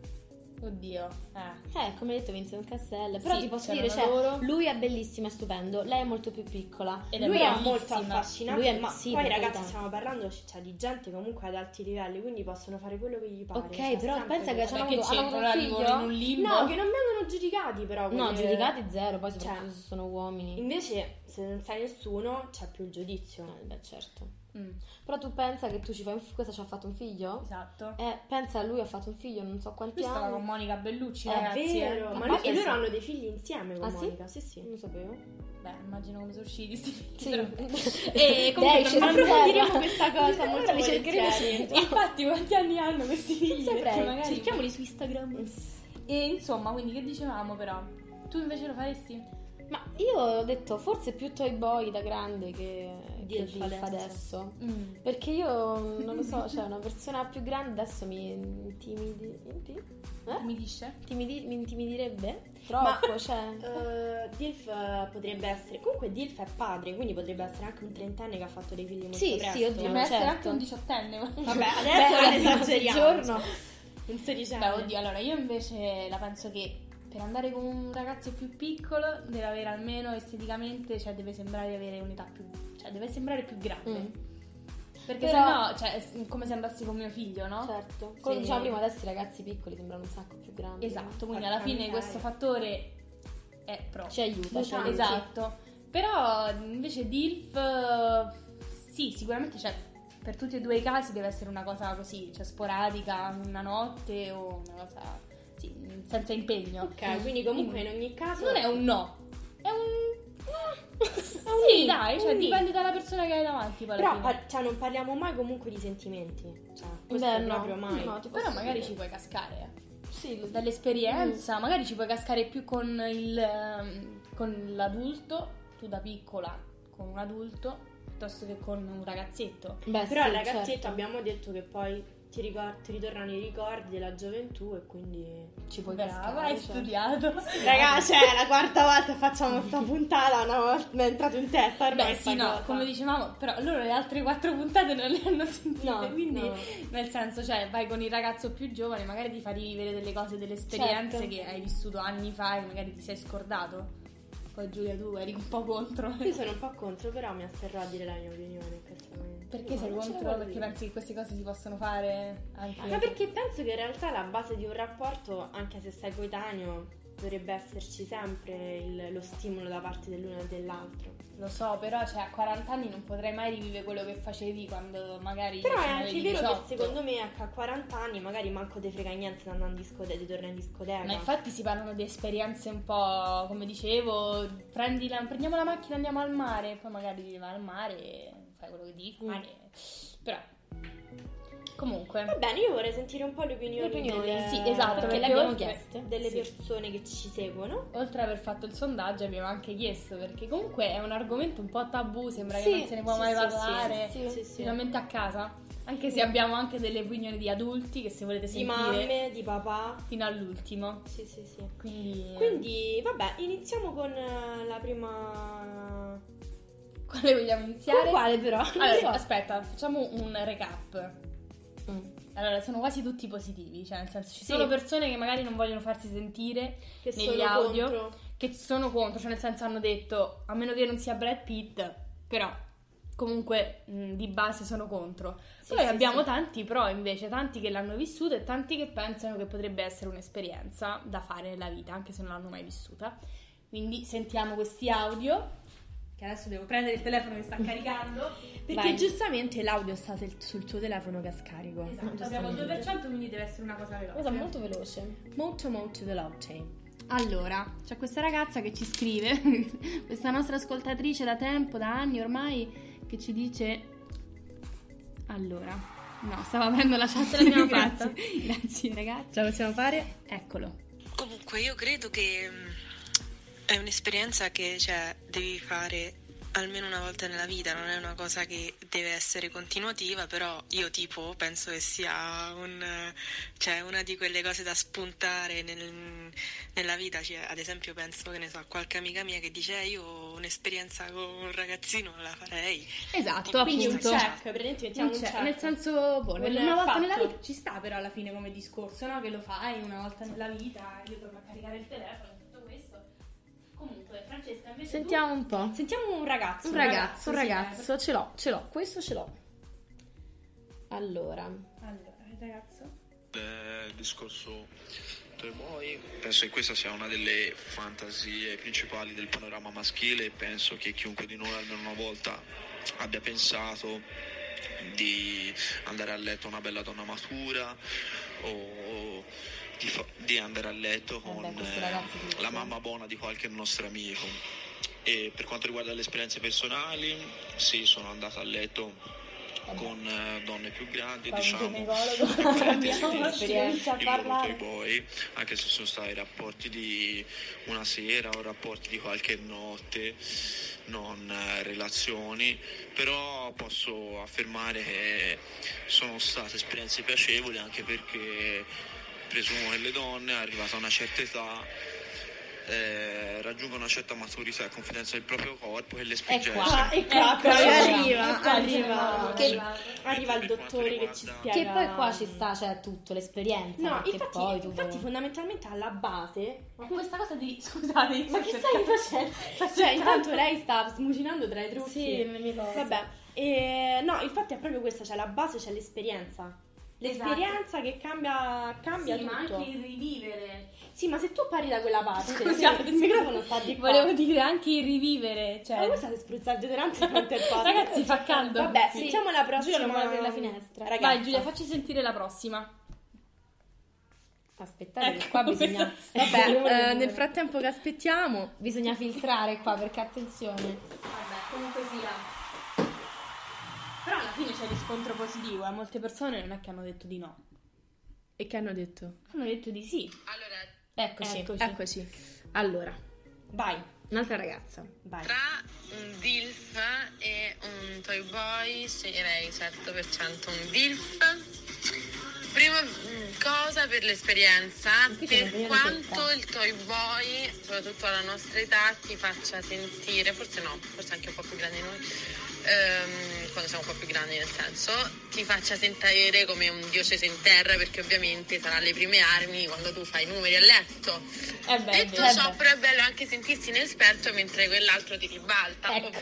[SPEAKER 1] Oddio. Eh.
[SPEAKER 3] Eh, come hai detto Vincent Castell, però
[SPEAKER 1] Sì,
[SPEAKER 3] ti posso
[SPEAKER 1] c'erano
[SPEAKER 3] dire, cioè,
[SPEAKER 1] loro.
[SPEAKER 3] lui è bellissimo, è stupendo, lei è molto più piccola.
[SPEAKER 1] Ed è
[SPEAKER 2] Lui è
[SPEAKER 1] bravissima.
[SPEAKER 2] molto affascinante,
[SPEAKER 3] Lui è-
[SPEAKER 2] ma
[SPEAKER 3] sì,
[SPEAKER 2] poi
[SPEAKER 3] per
[SPEAKER 2] ragazzi
[SPEAKER 3] carità.
[SPEAKER 2] stiamo parlando cioè, di gente comunque ad alti livelli, quindi possono fare quello che gli pare.
[SPEAKER 3] Ok,
[SPEAKER 2] cioè,
[SPEAKER 3] però
[SPEAKER 2] sempre
[SPEAKER 3] pensa che
[SPEAKER 2] quello.
[SPEAKER 1] c'è- Vabbè,
[SPEAKER 3] hanno
[SPEAKER 1] che
[SPEAKER 3] avuto, hanno
[SPEAKER 1] c'entra?
[SPEAKER 3] avuto un
[SPEAKER 1] Vivono in un
[SPEAKER 3] figlio.
[SPEAKER 1] limbo?
[SPEAKER 2] No, che non vengono giudicati però.
[SPEAKER 3] No,
[SPEAKER 2] quelle-
[SPEAKER 3] giudicati zero, poi soprattutto
[SPEAKER 2] Cioè.
[SPEAKER 3] se sono uomini.
[SPEAKER 2] Invece, se non sai nessuno, c'è più il giudizio.
[SPEAKER 3] Eh, beh, certo.
[SPEAKER 1] Mm,
[SPEAKER 3] Però tu pensa che tu ci fai un figlio, cosa ci ha fatto un figlio?
[SPEAKER 1] esatto.
[SPEAKER 3] Eh, pensa, lui ha fatto un figlio, non so quanti
[SPEAKER 1] Lui stava con
[SPEAKER 3] anni.
[SPEAKER 1] Monica Bellucci,
[SPEAKER 3] È
[SPEAKER 1] ragazzi. eh.
[SPEAKER 2] Vero, ma
[SPEAKER 3] Ma
[SPEAKER 2] lui,
[SPEAKER 3] poi
[SPEAKER 2] e loro
[SPEAKER 3] pensa-
[SPEAKER 2] hanno dei figli insieme con
[SPEAKER 3] Ah, sì?
[SPEAKER 2] Monica, sì sì.
[SPEAKER 3] Non lo sapevo.
[SPEAKER 1] Beh, immagino come sono usciti. Sì.
[SPEAKER 3] Sì.
[SPEAKER 1] Però- E
[SPEAKER 3] Dai,
[SPEAKER 1] comunque
[SPEAKER 3] ci
[SPEAKER 1] tornando-
[SPEAKER 2] approfondiremo
[SPEAKER 3] serve.
[SPEAKER 2] questa cosa
[SPEAKER 3] Allora
[SPEAKER 2] molto
[SPEAKER 3] li cercheremo
[SPEAKER 2] volentieri.
[SPEAKER 3] subito.
[SPEAKER 1] Infatti, quanti anni hanno questi figli?
[SPEAKER 3] saprei.
[SPEAKER 1] Perché magari-
[SPEAKER 3] Cerchiamoli su Instagram.
[SPEAKER 1] E insomma, quindi che dicevamo però? Tu invece lo faresti?
[SPEAKER 3] Ma io ho detto, forse più Toy Boy da grande che che
[SPEAKER 2] Dilf
[SPEAKER 3] Dilf
[SPEAKER 2] adesso.
[SPEAKER 3] adesso.
[SPEAKER 1] Mm.
[SPEAKER 3] Perché io non lo so, cioè una persona più grande adesso mi intimidi, inti-
[SPEAKER 1] Mi dice?
[SPEAKER 3] intimidi- mi intimidirebbe troppo, cioè...
[SPEAKER 2] Eh, Dilf eh, potrebbe essere. Comunque, Dilf è padre, quindi potrebbe essere anche un trentenne che ha fatto dei figli molto
[SPEAKER 3] Sì, sì,
[SPEAKER 2] presto.
[SPEAKER 3] oddio,
[SPEAKER 1] Dovrebbe
[SPEAKER 3] ma
[SPEAKER 1] essere
[SPEAKER 3] certo.
[SPEAKER 1] anche un diciottenne. ma-
[SPEAKER 2] Vabbè,
[SPEAKER 3] Beh,
[SPEAKER 2] adesso
[SPEAKER 3] ogni
[SPEAKER 2] esageriamo. Cioè,
[SPEAKER 3] giorno.
[SPEAKER 2] Un
[SPEAKER 1] Beh,
[SPEAKER 2] sedicenne.
[SPEAKER 1] oddio, allora io invece la penso che per andare con un ragazzo più piccolo deve avere almeno esteticamente, cioè deve sembrare di avere un'età più. cioè deve sembrare più grande.
[SPEAKER 3] Mm,
[SPEAKER 1] Perché
[SPEAKER 3] Però-
[SPEAKER 1] sennò, cioè, è come se andassi con mio figlio, no?
[SPEAKER 3] certo. Come
[SPEAKER 1] Sì.
[SPEAKER 3] dicevamo prima, adesso i ragazzi piccoli sembrano un sacco più grandi.
[SPEAKER 1] Esatto, quindi
[SPEAKER 2] Porca
[SPEAKER 1] alla fine
[SPEAKER 2] miseria.
[SPEAKER 1] questo fattore è pro.
[SPEAKER 3] Ci aiuta,
[SPEAKER 2] Mutanti.
[SPEAKER 3] ci aiuta.
[SPEAKER 1] Diciamo. Esatto. Però invece DILF, eh, sì, sicuramente c'è. per tutti e due i casi deve essere una cosa così, cioè sporadica, una notte o una cosa sì, senza impegno.
[SPEAKER 2] Ok, quindi comunque in ogni caso
[SPEAKER 1] Mm, Non è un no, è un...
[SPEAKER 2] Eh, un
[SPEAKER 1] sì,
[SPEAKER 2] nì,
[SPEAKER 1] dai, cioè
[SPEAKER 2] un nì.
[SPEAKER 1] dipende dalla persona che hai davanti. poi alla
[SPEAKER 2] Però
[SPEAKER 1] fine.
[SPEAKER 2] ah, cioè, non parliamo mai comunque di sentimenti. Cioè, questo
[SPEAKER 3] Beh,
[SPEAKER 2] è
[SPEAKER 3] no,
[SPEAKER 2] proprio mai.
[SPEAKER 3] no, ti posso
[SPEAKER 1] Però magari
[SPEAKER 3] dire.
[SPEAKER 1] ci puoi cascare eh.
[SPEAKER 3] Sì, lo-
[SPEAKER 1] dall'esperienza, magari ci puoi cascare più con il ehm, con l'adulto, tu da piccola con un adulto, piuttosto che con un ragazzetto.
[SPEAKER 3] Beh,
[SPEAKER 2] Però
[SPEAKER 3] sì,
[SPEAKER 2] al ragazzetto
[SPEAKER 3] certo.
[SPEAKER 2] abbiamo detto che poi ti, ricor- ti ritornano i ricordi della gioventù e quindi...
[SPEAKER 3] Ci puoi
[SPEAKER 1] Brava,
[SPEAKER 3] cascare,
[SPEAKER 1] hai
[SPEAKER 2] certo.
[SPEAKER 3] cioè.
[SPEAKER 1] studiato.
[SPEAKER 2] Raga, cioè, la quarta volta che facciamo questa puntata, no, mi è entrato in testa ormai
[SPEAKER 1] Beh,
[SPEAKER 2] sta
[SPEAKER 1] sì, no,
[SPEAKER 2] cosa.
[SPEAKER 1] come dicevamo, però loro le altre quattro puntate non le hanno sentite,
[SPEAKER 2] No,
[SPEAKER 1] quindi
[SPEAKER 2] no.
[SPEAKER 1] nel senso, cioè, vai con il ragazzo più giovane, magari ti fa rivivere delle cose, delle esperienze
[SPEAKER 3] Certo.
[SPEAKER 1] che hai vissuto anni fa e magari ti sei scordato. Poi Giulia tu eri un po' contro.
[SPEAKER 2] Io sono un po' contro, però mi asterrò a dire la mia opinione in questo momento.
[SPEAKER 1] Perché
[SPEAKER 2] No,
[SPEAKER 1] sei
[SPEAKER 2] non ce la
[SPEAKER 1] contro?
[SPEAKER 2] voglio
[SPEAKER 1] Perché
[SPEAKER 2] dire.
[SPEAKER 1] pensi che queste cose si possono fare anche
[SPEAKER 2] Ma perché penso che in realtà la base di un rapporto, anche se sei coetaneo, dovrebbe esserci sempre il- lo stimolo da parte dell'uno e dell'altro.
[SPEAKER 1] Lo so, però cioè, a 40 anni non potrei mai rivivere quello che facevi quando magari
[SPEAKER 2] Però è
[SPEAKER 1] cioè,
[SPEAKER 2] anche
[SPEAKER 1] avevi
[SPEAKER 2] vero
[SPEAKER 1] 18.
[SPEAKER 2] che secondo me ecco, a 40 anni magari manco te frega niente di andare in discoteca, di tornare in discoteca.
[SPEAKER 1] Ma infatti si parlano di esperienze un po', come dicevo, prendi la- prendiamo la macchina e andiamo al mare, poi magari vai al mare e fai quello che
[SPEAKER 2] Mm.
[SPEAKER 1] devi fare. Però,
[SPEAKER 2] Va
[SPEAKER 1] comunque,
[SPEAKER 2] bene, io vorrei sentire un po' le opinioni,
[SPEAKER 3] Opinioni,
[SPEAKER 2] delle,
[SPEAKER 1] sì, esatto,
[SPEAKER 3] perché
[SPEAKER 1] perché
[SPEAKER 3] le abbiamo
[SPEAKER 1] oltre-
[SPEAKER 3] chieste.
[SPEAKER 2] delle
[SPEAKER 1] sì.
[SPEAKER 2] persone che ci seguono.
[SPEAKER 1] oltre ad aver fatto il sondaggio abbiamo anche chiesto, perché comunque è un argomento un po' tabù, sembra
[SPEAKER 3] Sì,
[SPEAKER 1] che non se ne può
[SPEAKER 3] sì,
[SPEAKER 1] mai
[SPEAKER 3] sì,
[SPEAKER 1] parlare,
[SPEAKER 3] Sì.
[SPEAKER 2] sì,
[SPEAKER 1] finalmente a casa, anche se abbiamo anche delle opinioni di adulti che se volete
[SPEAKER 2] Di
[SPEAKER 1] sentire
[SPEAKER 2] mamme, di papà.
[SPEAKER 1] fino all'ultimo.
[SPEAKER 2] Sì, sì, sì.
[SPEAKER 1] Quindi,
[SPEAKER 2] Quindi, vabbè, iniziamo con eh, la prima...
[SPEAKER 1] quale vogliamo
[SPEAKER 2] Con
[SPEAKER 1] iniziare?
[SPEAKER 2] quale però? Non
[SPEAKER 1] Allora,
[SPEAKER 2] so.
[SPEAKER 1] aspetta, facciamo un recap. Allora, sono quasi tutti positivi, cioè nel senso ci
[SPEAKER 2] Mm. Sì.
[SPEAKER 1] sono persone che magari non vogliono farsi sentire,
[SPEAKER 2] Che
[SPEAKER 1] negli
[SPEAKER 2] sono
[SPEAKER 1] audio.
[SPEAKER 2] contro.
[SPEAKER 1] che sono contro, cioè nel senso hanno detto, a meno che non sia Brad Pitt, però comunque mh, di base sono contro.
[SPEAKER 2] Sì,
[SPEAKER 1] Poi
[SPEAKER 2] sì,
[SPEAKER 1] abbiamo
[SPEAKER 2] sì.
[SPEAKER 1] tanti pro invece, tanti che l'hanno vissuto e tanti che pensano che potrebbe essere un'esperienza da fare nella vita, anche se non l'hanno mai vissuta. Quindi sentiamo questi audio, che adesso devo prendere il telefono che sta caricando.
[SPEAKER 2] Perché
[SPEAKER 1] Vai.
[SPEAKER 2] giustamente l'audio sta sul- sul tuo telefono che è scarico.
[SPEAKER 1] Esatto, abbiamo il 2%, quindi deve essere una cosa veloce.
[SPEAKER 3] Cosa molto veloce.
[SPEAKER 2] Molto molto veloce.
[SPEAKER 1] Allora, c'è questa ragazza che ci scrive, questa nostra ascoltatrice da tempo, da anni ormai, che ci dice... Allora, no, stavo aprendo la chat.
[SPEAKER 3] Ce l'abbiamo
[SPEAKER 1] Grazie.
[SPEAKER 3] fatta.
[SPEAKER 1] Grazie ragazzi.
[SPEAKER 2] Ce la possiamo fare?
[SPEAKER 1] Eccolo.
[SPEAKER 4] Comunque io credo che mm, è un'esperienza che cioè, devi fare almeno una volta nella vita, non è una cosa che deve essere continuativa, però io tipo penso che sia un, eh, cioè, una di quelle cose da spuntare nel- nella vita, cioè, ad esempio penso che ne so, a qualche amica mia che dice "Eh, io un'esperienza con un ragazzino la farei.
[SPEAKER 1] Esatto,
[SPEAKER 2] Quindi un
[SPEAKER 1] appunto.
[SPEAKER 2] check, praticamente mettiamo un,
[SPEAKER 1] Un check,
[SPEAKER 2] check.
[SPEAKER 1] Nel senso, boh,
[SPEAKER 2] Quel
[SPEAKER 1] una volta
[SPEAKER 2] fatto.
[SPEAKER 1] nella vita ci sta però alla fine come discorso, no? Che lo fai una volta nella vita, io torno a caricare il telefono, tutto questo. Comunque, Francesca, invece tu-
[SPEAKER 3] Sentiamo un po'.
[SPEAKER 2] Sentiamo un ragazzo.
[SPEAKER 3] Un ragazzo, un
[SPEAKER 1] sì,
[SPEAKER 3] ragazzo, ce l'ho, ce l'ho, questo ce l'ho. Allora,
[SPEAKER 1] Allora, il ragazzo.
[SPEAKER 5] del Eh, discorso Playboy. Penso che questa sia una delle fantasie principali del panorama maschile. Penso che chiunque di noi almeno una volta abbia pensato di andare a letto una bella donna matura o di, fa- di andare a letto con
[SPEAKER 3] Vabbè, questi
[SPEAKER 5] eh,
[SPEAKER 3] ragazzi tutti.
[SPEAKER 5] la mamma buona di qualche nostro amico. E per quanto riguarda le esperienze personali, sì, sono andato a letto con eh, donne più grandi,
[SPEAKER 3] fa un
[SPEAKER 5] diciamo,
[SPEAKER 3] ginecologo.
[SPEAKER 5] Cambiamo
[SPEAKER 1] diciamo.
[SPEAKER 3] Cambiamo esperienza a
[SPEAKER 5] io ho avuto
[SPEAKER 3] parlare.
[SPEAKER 5] i boy, anche se sono stati rapporti di una sera o rapporti di qualche notte, non eh, relazioni, però posso affermare che sono state esperienze piacevoli anche perché presumo che le donne arrivate a una certa età eh, raggiungono una certa maturità e confidenza del proprio corpo e le spinge a
[SPEAKER 3] qua.
[SPEAKER 5] essere
[SPEAKER 2] Ah, e qua,
[SPEAKER 1] Ecco,
[SPEAKER 2] poi
[SPEAKER 3] arriva,
[SPEAKER 2] arriva,
[SPEAKER 3] ecco,
[SPEAKER 2] arriva,
[SPEAKER 3] Che-
[SPEAKER 2] arriva, arriva il
[SPEAKER 5] Per quanto
[SPEAKER 2] dottore che ci
[SPEAKER 5] riguarda-
[SPEAKER 2] spiega.
[SPEAKER 3] Che poi qua ci sta, cioè, tutto, l'esperienza.
[SPEAKER 2] No,
[SPEAKER 3] perché
[SPEAKER 2] infatti,
[SPEAKER 3] poi tu...
[SPEAKER 2] infatti fondamentalmente alla base...
[SPEAKER 1] Ma questa cosa di. Scusate,
[SPEAKER 2] Ma che stai facendo? Cioè, intanto lei sta smucinando tra i trucchi.
[SPEAKER 3] Sì, non mi ricordo.
[SPEAKER 2] Vabbè, eh, no, infatti è proprio questa, cioè la base c'è l'esperienza.
[SPEAKER 1] Esatto.
[SPEAKER 2] L'esperienza che cambia, cambia
[SPEAKER 1] Sì, ma
[SPEAKER 2] tutto.
[SPEAKER 1] anche il rivivere.
[SPEAKER 2] Sì, ma se tu pari da quella parte,
[SPEAKER 1] Scusate,
[SPEAKER 2] il microfono sta di qua. Eh,
[SPEAKER 1] Volevo dire anche il rivivere.
[SPEAKER 2] Ma
[SPEAKER 1] Cioè,
[SPEAKER 2] voi state spruzzando deodorante durante il podcast?
[SPEAKER 1] Ragazzi, fa caldo.
[SPEAKER 2] Vabbè,
[SPEAKER 1] Sì.
[SPEAKER 2] sentiamo la prossima.
[SPEAKER 3] Giuro, non vuole aprire la finestra.
[SPEAKER 2] Ragazzi,
[SPEAKER 1] vai Giulia, facci sentire la prossima.
[SPEAKER 3] Aspettate,
[SPEAKER 1] Ecco,
[SPEAKER 3] che qua bisogna.
[SPEAKER 1] questa-
[SPEAKER 3] bisogna-
[SPEAKER 2] Vabbè, eh, nel frattempo che aspettiamo,
[SPEAKER 3] Bisogna filtrare qua perché attenzione.
[SPEAKER 1] Vabbè, comunque sia. Però alla fine c'è riscontro positivo, eh. molte persone non è che hanno detto di no.
[SPEAKER 2] e che hanno detto?
[SPEAKER 1] Hanno detto di sì.
[SPEAKER 4] Allora,
[SPEAKER 3] Eccoci.
[SPEAKER 1] Eccoci.
[SPEAKER 2] Eccoci. Allora,
[SPEAKER 1] Vai,
[SPEAKER 2] un'altra ragazza.
[SPEAKER 1] vai.
[SPEAKER 4] tra un DILF e un Toy Boy sceglierei 100% un DILF. Prima mm, cosa per l'esperienza,
[SPEAKER 3] Qui c'è una
[SPEAKER 4] per
[SPEAKER 3] signora
[SPEAKER 4] quanto
[SPEAKER 3] secca.
[SPEAKER 4] il Toy Boy, soprattutto alla nostra età, ti faccia sentire, forse no, forse anche un po' più grandi noi, ehm, quando siamo un po' più grandi nel senso, ti faccia sentire come un dio sceso in terra perché ovviamente sarà le prime armi quando tu fai i numeri a letto.
[SPEAKER 1] Eh È bello.
[SPEAKER 4] Detto ciò, però è bello anche sentirsi inesperto mentre quell'altro ti ribalta.
[SPEAKER 3] Ecco.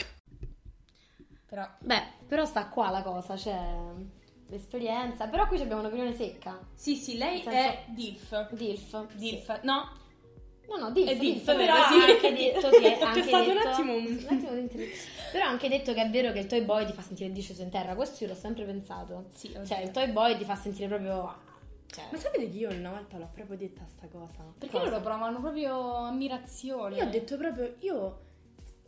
[SPEAKER 1] Però
[SPEAKER 3] Beh, però sta qua la cosa, cioè l'esperienza. Però qui abbiamo un'opinione secca.
[SPEAKER 1] Sì, sì, lei
[SPEAKER 3] Nel senso-
[SPEAKER 1] è DILF.
[SPEAKER 3] Dilf.
[SPEAKER 1] DILF. No?
[SPEAKER 3] No, no, dilf,
[SPEAKER 1] È dilf,
[SPEAKER 3] dilf, però
[SPEAKER 1] però
[SPEAKER 3] ha
[SPEAKER 1] sì.
[SPEAKER 3] anche detto che...
[SPEAKER 2] Ah, C'è
[SPEAKER 3] ha anche
[SPEAKER 2] stato un
[SPEAKER 3] detto-
[SPEAKER 2] attimo un-
[SPEAKER 3] un attimo di inter- Però ha anche detto che è vero che il toy boy ti fa sentire disceso in terra, questo io l'ho sempre pensato.
[SPEAKER 1] Sì, oddio.
[SPEAKER 3] Cioè, il toy boy ti fa sentire proprio... Cioè,
[SPEAKER 2] Ma sapete che io una volta l'ho proprio detta sta cosa?
[SPEAKER 1] Perché loro provano proprio ammirazione.
[SPEAKER 2] Io ho detto proprio, io,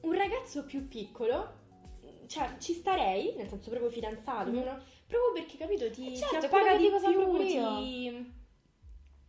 [SPEAKER 2] un ragazzo più piccolo, cioè ci starei, nel senso proprio fidanzato,
[SPEAKER 3] Mhm.
[SPEAKER 2] uno- proprio perché capito ti,
[SPEAKER 3] Eh
[SPEAKER 2] ti
[SPEAKER 3] certo, è quello
[SPEAKER 2] appaga
[SPEAKER 3] che
[SPEAKER 2] di
[SPEAKER 3] dico sempre
[SPEAKER 2] più,
[SPEAKER 3] pure
[SPEAKER 2] ti,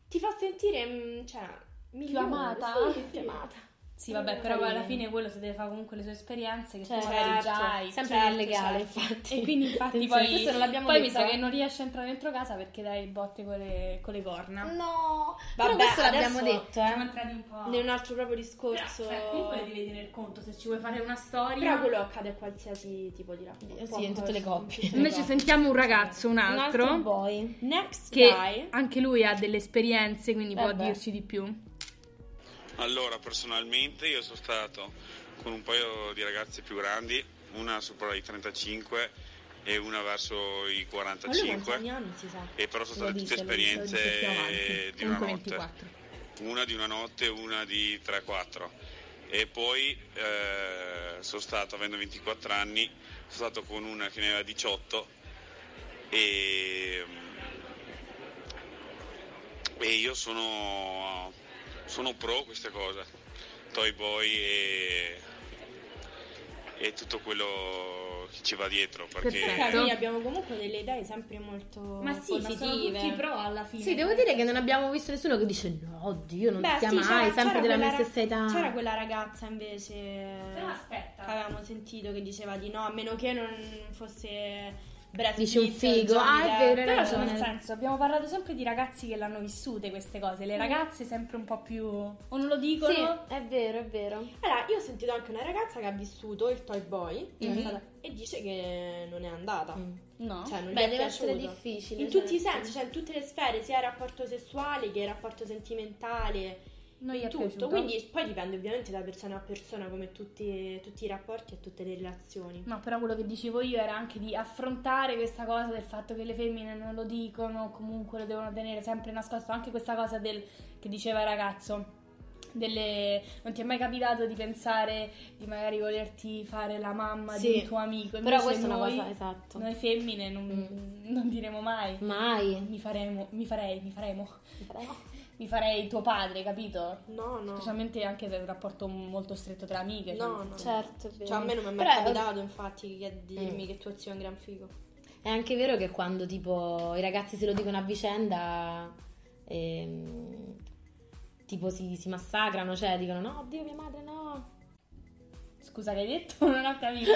[SPEAKER 2] ti fa sentire, mm, cioè, migliore.
[SPEAKER 1] amata?
[SPEAKER 2] Sì,
[SPEAKER 3] Sì,
[SPEAKER 2] sì.
[SPEAKER 3] amata.
[SPEAKER 1] Sì, vabbè, però alla fine quello si deve fare comunque le sue esperienze che
[SPEAKER 3] Certo.
[SPEAKER 1] tu magari già hai.
[SPEAKER 3] Sempre
[SPEAKER 2] certo,
[SPEAKER 3] nel legale,
[SPEAKER 2] certo.
[SPEAKER 3] infatti.
[SPEAKER 1] cioè. E quindi infatti
[SPEAKER 3] Attenzione,
[SPEAKER 1] poi,
[SPEAKER 3] questo non l'abbiamo
[SPEAKER 1] poi mi
[SPEAKER 3] detto,
[SPEAKER 1] sa
[SPEAKER 3] eh.
[SPEAKER 1] che non riesce a entrare dentro casa perché dai botte con le, con le
[SPEAKER 3] Mm.
[SPEAKER 1] corna.
[SPEAKER 3] No,
[SPEAKER 2] Vabbè,
[SPEAKER 3] però questo l'abbiamo
[SPEAKER 2] adesso
[SPEAKER 3] detto,
[SPEAKER 1] Siamo
[SPEAKER 3] eh.
[SPEAKER 1] entrati un po'.
[SPEAKER 2] Ne è un altro proprio
[SPEAKER 1] Però,
[SPEAKER 2] discorso.
[SPEAKER 1] cioè, comunque devi tenere conto se ci vuoi fare una storia.
[SPEAKER 2] Però quello accade a qualsiasi tipo di rapporto.
[SPEAKER 3] Sì, in tutte le coppie.
[SPEAKER 1] Invece sentiamo un ragazzo, un
[SPEAKER 3] Un
[SPEAKER 1] altro,
[SPEAKER 3] altro boy.
[SPEAKER 2] Next
[SPEAKER 1] che
[SPEAKER 2] guy.
[SPEAKER 1] anche lui ha delle esperienze, quindi può
[SPEAKER 3] Vabbè.
[SPEAKER 1] dirci di più.
[SPEAKER 6] Allora, personalmente io sono stato con un paio di ragazze più grandi, una sopra i 35 e una verso i
[SPEAKER 2] Ma lui quanti
[SPEAKER 6] 45,
[SPEAKER 2] anni ha? non si sa.
[SPEAKER 6] e però sono state
[SPEAKER 1] Lo
[SPEAKER 6] tutte
[SPEAKER 1] dice, lo dice, lo dice più
[SPEAKER 6] esperienze
[SPEAKER 1] avanti.
[SPEAKER 6] di una
[SPEAKER 1] Comunque
[SPEAKER 6] notte,
[SPEAKER 1] 24.
[SPEAKER 6] una di una notte e una di 3-4. E poi eh, sono stato, avendo 24 anni, sono stato con una che ne aveva 18 e, e io sono, sono pro queste cose, Toy Boy e, e tutto quello che ci va dietro. Perché
[SPEAKER 1] Perfetto.
[SPEAKER 2] Cioè, Noi abbiamo comunque delle idee sempre molto
[SPEAKER 1] Ma sì, ma sono
[SPEAKER 2] positive.
[SPEAKER 1] tutti pro alla fine.
[SPEAKER 3] Sì, devo dire che non abbiamo visto nessuno che dice no, oddio, non
[SPEAKER 2] Beh,
[SPEAKER 3] sia
[SPEAKER 2] sì,
[SPEAKER 3] mai,
[SPEAKER 2] c'era-
[SPEAKER 3] sempre
[SPEAKER 2] c'era
[SPEAKER 3] della mia
[SPEAKER 2] quella ra-
[SPEAKER 3] stessa età.
[SPEAKER 2] C'era quella ragazza invece
[SPEAKER 1] Però
[SPEAKER 2] che
[SPEAKER 1] aspetta.
[SPEAKER 2] avevamo sentito che diceva di no, a meno che non fosse Brad
[SPEAKER 3] Dice un
[SPEAKER 2] Pitt,
[SPEAKER 3] figo.
[SPEAKER 2] Johnny
[SPEAKER 3] Ah, è
[SPEAKER 2] Depp.
[SPEAKER 3] vero, hai
[SPEAKER 1] Però
[SPEAKER 3] ragione.
[SPEAKER 1] cioè, nel senso, abbiamo parlato sempre di ragazzi che l'hanno vissute queste cose, le ragazze sempre un po' più Mm. o non lo dicono.
[SPEAKER 3] Sì, è vero, è vero.
[SPEAKER 2] Allora, io ho sentito anche una ragazza che ha vissuto il Toy
[SPEAKER 3] Mm-hmm.
[SPEAKER 2] Boy che è
[SPEAKER 1] Mhm.
[SPEAKER 2] stata- e dice che non è andata.
[SPEAKER 3] Mm.
[SPEAKER 1] No.
[SPEAKER 2] Cioè, non
[SPEAKER 3] Beh,
[SPEAKER 2] gli è
[SPEAKER 3] deve essere
[SPEAKER 2] piaciuto.
[SPEAKER 3] difficile.
[SPEAKER 2] In
[SPEAKER 3] cioè.
[SPEAKER 2] tutti i sensi, cioè in tutte le sfere, sia il rapporto sessuale che il rapporto sentimentale,
[SPEAKER 1] non gli è
[SPEAKER 2] tutto.
[SPEAKER 1] piaciuto.
[SPEAKER 2] Quindi poi dipende ovviamente da persona a persona, come tutti, tutti i rapporti e tutte le relazioni.
[SPEAKER 1] No, però quello che dicevo io era anche di affrontare questa cosa del fatto che le femmine non lo dicono, comunque lo devono tenere sempre nascosto, anche questa cosa del, che diceva il ragazzo. delle- non ti è mai capitato di pensare di magari volerti fare la mamma
[SPEAKER 3] Sì.
[SPEAKER 1] di un tuo amico?
[SPEAKER 3] Però
[SPEAKER 1] Invece
[SPEAKER 3] questa è una
[SPEAKER 1] noi-
[SPEAKER 3] cosa, esatto. Mm.
[SPEAKER 1] Noi femmine non, non diremo mai.
[SPEAKER 3] Mai.
[SPEAKER 1] Mi faremo, mi farei, mi faremo. Mi farei tuo padre, capito?
[SPEAKER 2] No, no.
[SPEAKER 1] Specialmente anche per un rapporto molto stretto tra amiche.
[SPEAKER 2] No,
[SPEAKER 1] cioè-
[SPEAKER 2] no.
[SPEAKER 3] Certo, è vero.
[SPEAKER 2] Cioè, a me non mi è mai
[SPEAKER 3] Però è-
[SPEAKER 2] capitato, infatti, che
[SPEAKER 1] Mm.
[SPEAKER 2] dirmi che tuo zio è un gran figo.
[SPEAKER 3] È anche vero che quando tipo i ragazzi se lo dicono a vicenda, ehm, tipo si, si massacrano, cioè dicono no, oddio mia madre no.
[SPEAKER 1] Scusa, che hai detto? Non ho capito.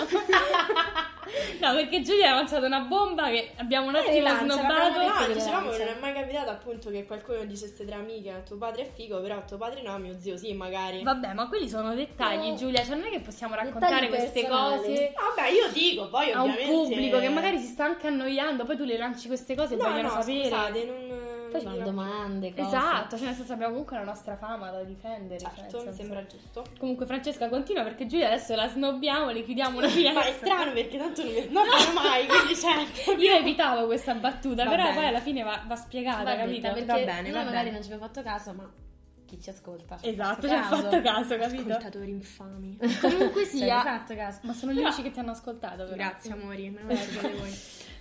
[SPEAKER 1] no, perché Giulia ha lanciato una bomba che abbiamo un
[SPEAKER 3] Eh,
[SPEAKER 1] attimo
[SPEAKER 3] rilancia,
[SPEAKER 1] snobbato.
[SPEAKER 3] l'abbiamo detto.
[SPEAKER 2] No,
[SPEAKER 3] che
[SPEAKER 2] dicevamo che
[SPEAKER 3] lancia.
[SPEAKER 2] non è mai capitato appunto che qualcuno dicesse tra amiche "Ah, tuo padre è figo, però tuo padre no, mio zio sì, magari.
[SPEAKER 1] Vabbè, ma quelli sono dettagli,
[SPEAKER 3] No.
[SPEAKER 1] Giulia. Cioè, non è che possiamo
[SPEAKER 3] Dettagli
[SPEAKER 1] raccontare queste
[SPEAKER 3] personali.
[SPEAKER 1] cose
[SPEAKER 2] Vabbè, io dico, poi
[SPEAKER 1] a un
[SPEAKER 2] ovviamente...
[SPEAKER 1] pubblico che magari si sta anche annoiando. Poi tu le lanci queste cose e
[SPEAKER 2] No,
[SPEAKER 1] vogliono
[SPEAKER 2] no,
[SPEAKER 1] sapere.
[SPEAKER 2] scusate, non...
[SPEAKER 3] Poi
[SPEAKER 2] mi
[SPEAKER 3] fanno
[SPEAKER 2] dirò-
[SPEAKER 3] domande, cose.
[SPEAKER 1] Esatto, cioè nel senso abbiamo comunque la nostra fama da difendere. cioè, nel
[SPEAKER 2] Certo, mi
[SPEAKER 1] senso-
[SPEAKER 2] sembra giusto.
[SPEAKER 1] Comunque Francesca continua perché Giulia adesso la snobbiamo, le chiudiamo una
[SPEAKER 2] Ma è
[SPEAKER 1] finestra.
[SPEAKER 2] strano perché tanto non mi snobbano mai, quindi cioè...
[SPEAKER 1] Io evitavo questa battuta,
[SPEAKER 2] Va
[SPEAKER 1] però
[SPEAKER 2] bene.
[SPEAKER 1] poi alla fine va, va spiegata,
[SPEAKER 3] Va
[SPEAKER 1] capito?
[SPEAKER 3] detta, perché
[SPEAKER 1] va bene,
[SPEAKER 3] noi
[SPEAKER 1] va
[SPEAKER 3] magari
[SPEAKER 1] bene.
[SPEAKER 3] non ci abbiamo fatto caso, ma chi ci ascolta? ci
[SPEAKER 1] Esatto, ci ha fatto caso, capito?
[SPEAKER 2] Cioè, Ascoltatori infami.
[SPEAKER 1] Comunque
[SPEAKER 3] Cioè,
[SPEAKER 1] sia,
[SPEAKER 3] esatto, caso.
[SPEAKER 1] ma sono gli
[SPEAKER 3] Però-
[SPEAKER 1] unici che ti hanno ascoltato, però.
[SPEAKER 2] Grazie amori, meno male che siete voi.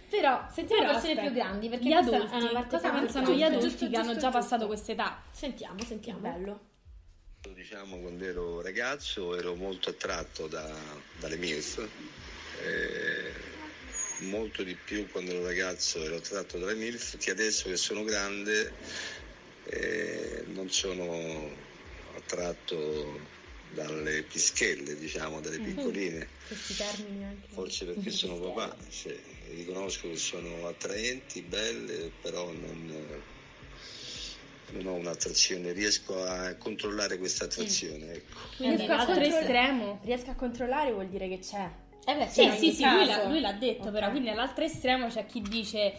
[SPEAKER 3] Però sentiamo
[SPEAKER 1] Però,
[SPEAKER 3] persone
[SPEAKER 1] aspetta,
[SPEAKER 3] più grandi, perché
[SPEAKER 1] gli
[SPEAKER 3] questa
[SPEAKER 1] adulti,
[SPEAKER 3] è una parte
[SPEAKER 1] cosa
[SPEAKER 3] tanto-
[SPEAKER 1] pensano
[SPEAKER 3] giusto,
[SPEAKER 1] gli adulti
[SPEAKER 3] giusto,
[SPEAKER 1] che hanno già
[SPEAKER 3] giusto,
[SPEAKER 1] passato
[SPEAKER 3] giusto.
[SPEAKER 1] quest'età?
[SPEAKER 3] Sentiamo, sentiamo.
[SPEAKER 2] Bello.
[SPEAKER 7] Diciamo, quando ero ragazzo ero molto attratto da- dalle MILF, eh, molto di più quando ero ragazzo ero attratto dalle MILF, che adesso che sono grande eh, non sono attratto dalle pischelle, diciamo, dalle piccoline,
[SPEAKER 1] Questi termini anche.
[SPEAKER 7] forse perché sono papà, cioè, riconosco che sono attraenti, belle, però non, eh, non ho un'attrazione, riesco a controllare questa attrazione. Ecco.
[SPEAKER 1] Quindi
[SPEAKER 3] Eh,
[SPEAKER 1] questo altro
[SPEAKER 3] l'altro-
[SPEAKER 1] estremo.
[SPEAKER 2] Riesco a controllare vuol dire che c'è. Cioè,
[SPEAKER 3] Eh beh,
[SPEAKER 1] Sì,
[SPEAKER 3] in
[SPEAKER 1] sì, sì,
[SPEAKER 3] caso.
[SPEAKER 1] lui l'ha, lui l'ha detto
[SPEAKER 3] Esatto. Ok.
[SPEAKER 1] però, quindi all'altro estremo c'è chi dice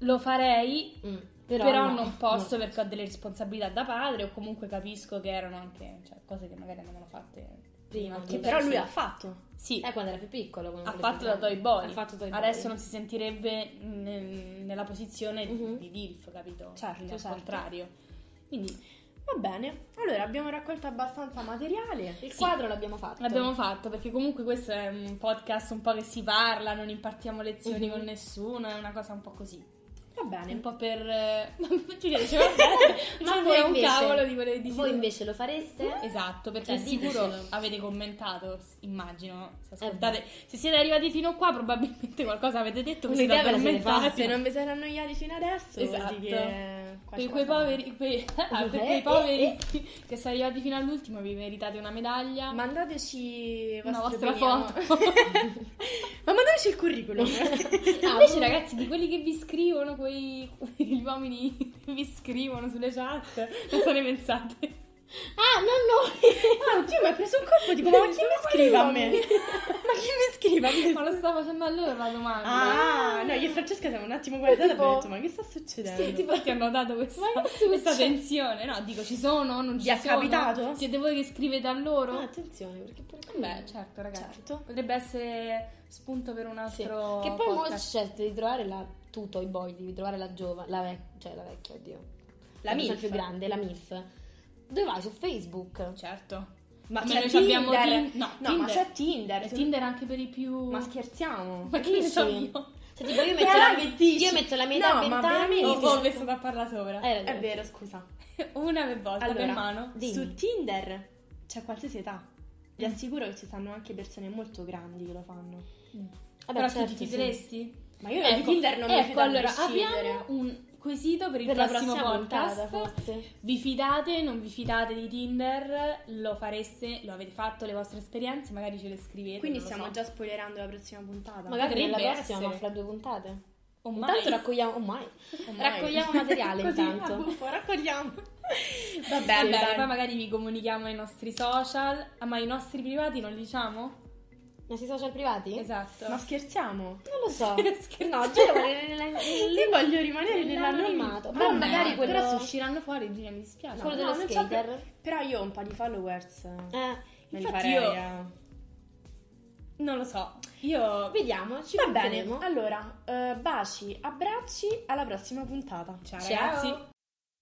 [SPEAKER 1] lo farei,
[SPEAKER 3] Mm,
[SPEAKER 1] però,
[SPEAKER 3] no,
[SPEAKER 1] non posso
[SPEAKER 3] no.
[SPEAKER 1] perché ho delle responsabilità da padre o comunque capisco che erano anche cioè, cose che magari andavano fatte
[SPEAKER 3] Prima,
[SPEAKER 1] prima.
[SPEAKER 3] che
[SPEAKER 1] Che
[SPEAKER 2] Però
[SPEAKER 3] Sì,
[SPEAKER 2] lui
[SPEAKER 3] sì.
[SPEAKER 2] ha fatto.
[SPEAKER 1] Sì,
[SPEAKER 3] Eh, quando era più piccolo. quando
[SPEAKER 1] ha
[SPEAKER 3] voleva
[SPEAKER 1] fatto da
[SPEAKER 3] giocare.
[SPEAKER 1] Toy Boy.
[SPEAKER 3] Ha fatto Toy Boy.
[SPEAKER 1] Adesso non si sentirebbe ne- nella posizione di-
[SPEAKER 3] Mhm. Certo.
[SPEAKER 1] di DILF, capito?
[SPEAKER 2] Certo,
[SPEAKER 1] Quindi al
[SPEAKER 2] certo.
[SPEAKER 1] contrario. Quindi
[SPEAKER 2] Va bene. Allora, abbiamo raccolto abbastanza materiale.
[SPEAKER 3] Il
[SPEAKER 1] Sì.
[SPEAKER 3] quadro l'abbiamo fatto.
[SPEAKER 1] L'abbiamo fatto perché comunque questo è un podcast un po' che si parla, non impartiamo lezioni
[SPEAKER 3] Mhm.
[SPEAKER 1] con nessuno, è una cosa un po' così. È
[SPEAKER 2] Va
[SPEAKER 1] un
[SPEAKER 2] bene.
[SPEAKER 1] po' per... eh, Giulia dice, vabbè,
[SPEAKER 3] Ma
[SPEAKER 1] ma
[SPEAKER 3] voi
[SPEAKER 1] è Cioè, un
[SPEAKER 3] invece-
[SPEAKER 1] cavolo di quello che dici
[SPEAKER 3] Voi
[SPEAKER 1] tu.
[SPEAKER 3] invece lo fareste?
[SPEAKER 1] Esatto,
[SPEAKER 3] Cioè,
[SPEAKER 1] perché sicuro
[SPEAKER 3] ditecelo.
[SPEAKER 1] avete commentato, s- immagino, se,
[SPEAKER 3] Eh,
[SPEAKER 1] ascoltate- se siete arrivati fino qua probabilmente qualcosa avete detto, vi siete
[SPEAKER 3] Un'idea ve la siete
[SPEAKER 1] addormentati.
[SPEAKER 2] Se non vi siete annoiati fino adesso,
[SPEAKER 1] Esatto.
[SPEAKER 2] vuol dire che
[SPEAKER 1] Per quei poveri, quei- ah, per
[SPEAKER 3] Eh, eh,
[SPEAKER 1] quei poveri
[SPEAKER 3] eh.
[SPEAKER 1] che sono arrivati fino all'ultimo vi meritate una medaglia.
[SPEAKER 2] Mandateci
[SPEAKER 1] Una
[SPEAKER 2] vostre
[SPEAKER 1] vostra
[SPEAKER 2] opinioni.
[SPEAKER 1] foto.
[SPEAKER 2] Ma mandateci il curriculum.
[SPEAKER 1] Ah, invece ragazzi, di quelli che vi scrivono, quei, quegli uomini che vi scrivono sulle chat, cosa ne pensate?
[SPEAKER 3] Ah, non
[SPEAKER 2] Ah, oddio, mi ha preso un colpo, tipo, ma chi mi scrive a me? ma chi mi scrive a me?
[SPEAKER 1] Ma lo sto facendo a loro la domanda.
[SPEAKER 2] Ah, no, io e Francesca siamo un attimo guardate e abbiamo detto, ma che sta succededendo?
[SPEAKER 1] Sì, tipo Ehm, ti hanno dato questa,
[SPEAKER 3] Ma che succede?
[SPEAKER 1] questa tensione. No, dico, ci sono, non ci
[SPEAKER 2] Vi è
[SPEAKER 1] sono.
[SPEAKER 2] capitato?
[SPEAKER 1] Siete voi che scrivete a loro?
[SPEAKER 3] noi! Ah, attenzione, perché pure
[SPEAKER 1] Beh, certo, ragazzi.
[SPEAKER 2] Certo.
[SPEAKER 1] Potrebbe essere spunto per un
[SPEAKER 3] Sì.
[SPEAKER 1] altro
[SPEAKER 3] Che poi molti
[SPEAKER 1] podcast.
[SPEAKER 3] scelte di trovare la tu, Toy Boy, di trovare la giovane, la vecchia, cioè la vecchia, oddio.
[SPEAKER 2] La
[SPEAKER 3] persona
[SPEAKER 2] MILF.
[SPEAKER 3] più grande, la MILF. Dove vai? Su Facebook.
[SPEAKER 1] Certo.
[SPEAKER 2] ma
[SPEAKER 1] Come
[SPEAKER 2] c'è
[SPEAKER 1] noi ci
[SPEAKER 2] Tinder.
[SPEAKER 1] abbiamo Tin- no,
[SPEAKER 2] no,
[SPEAKER 1] Tinder.
[SPEAKER 2] ma c'è Tinder.
[SPEAKER 1] E
[SPEAKER 2] su-
[SPEAKER 1] Tinder anche per i più...
[SPEAKER 2] Ma scherziamo.
[SPEAKER 1] Ma che ne so
[SPEAKER 3] Dici?
[SPEAKER 1] io?
[SPEAKER 3] Cioè, tipo, io metto,
[SPEAKER 2] Però
[SPEAKER 3] la,
[SPEAKER 2] che dici?
[SPEAKER 3] io metto la mia età
[SPEAKER 2] No,
[SPEAKER 3] a
[SPEAKER 2] ma
[SPEAKER 3] 20 anni.
[SPEAKER 1] Ho
[SPEAKER 2] veramente?
[SPEAKER 1] ho messo da parlare sopra.
[SPEAKER 3] Eh,
[SPEAKER 2] È vero, scusa.
[SPEAKER 1] Una per volta, per
[SPEAKER 2] Allora,
[SPEAKER 1] mano.
[SPEAKER 3] Dimmi.
[SPEAKER 2] Su Tinder c'è qualsiasi età. Vi assicuro che ci stanno anche persone molto grandi che lo fanno.
[SPEAKER 3] Vabbè,
[SPEAKER 1] Però
[SPEAKER 3] certo,
[SPEAKER 1] tu ti
[SPEAKER 3] sì.
[SPEAKER 1] fideresti?
[SPEAKER 2] Ma io di Tinder non mi
[SPEAKER 1] ecco,
[SPEAKER 2] fido a
[SPEAKER 1] allora
[SPEAKER 2] prescindere.
[SPEAKER 1] abbiamo un quesito per il
[SPEAKER 3] Per la
[SPEAKER 1] prossimo
[SPEAKER 3] prossima
[SPEAKER 1] podcast.
[SPEAKER 3] puntata, forse.
[SPEAKER 1] Vi fidate, non vi fidate di Tinder? Lo fareste, lo avete fatto, le vostre esperienze, magari ce le scrivete.
[SPEAKER 2] Quindi
[SPEAKER 1] non lo
[SPEAKER 2] stiamo
[SPEAKER 1] so.
[SPEAKER 2] già spoilerando la prossima puntata.
[SPEAKER 3] Magari nella
[SPEAKER 1] Potrebbe
[SPEAKER 3] prossima, ma
[SPEAKER 1] essere.
[SPEAKER 3] fra due puntate.
[SPEAKER 1] Oh,
[SPEAKER 3] Intanto
[SPEAKER 1] mai.
[SPEAKER 3] raccogliamo, oh mai.
[SPEAKER 2] Ormai.
[SPEAKER 3] raccogliamo materiale
[SPEAKER 2] Così,
[SPEAKER 3] intanto.
[SPEAKER 2] a buffo, raccogliamo. Va
[SPEAKER 1] Vabbè,
[SPEAKER 2] bene, dai.
[SPEAKER 1] poi magari vi comunichiamo ai nostri social, Ah, ma i nostri privati non li diciamo?
[SPEAKER 3] Non si social privati?
[SPEAKER 1] Esatto.
[SPEAKER 2] Ma scherziamo?
[SPEAKER 3] Non lo so.
[SPEAKER 1] Scherzo.
[SPEAKER 3] No, giuro, nel-
[SPEAKER 2] Io voglio rimanere nell'anonimato.
[SPEAKER 3] Nell'anonimato. Però magari quello-
[SPEAKER 1] Però se usciranno fuori, Gina, mi dispiace.
[SPEAKER 3] quello
[SPEAKER 2] no,
[SPEAKER 3] dello
[SPEAKER 2] non so
[SPEAKER 3] skater.
[SPEAKER 2] Però io ho un po' di followers. Me
[SPEAKER 3] Eh,
[SPEAKER 2] li
[SPEAKER 1] infatti
[SPEAKER 2] farei,
[SPEAKER 1] io-
[SPEAKER 2] eh.
[SPEAKER 1] Non lo so. Io...
[SPEAKER 3] vediamo, ci
[SPEAKER 2] Va bene,
[SPEAKER 3] vedremo.
[SPEAKER 2] allora, eh, baci, abbracci, alla prossima puntata.
[SPEAKER 1] Ciao,
[SPEAKER 3] Ciao.
[SPEAKER 1] ragazzi.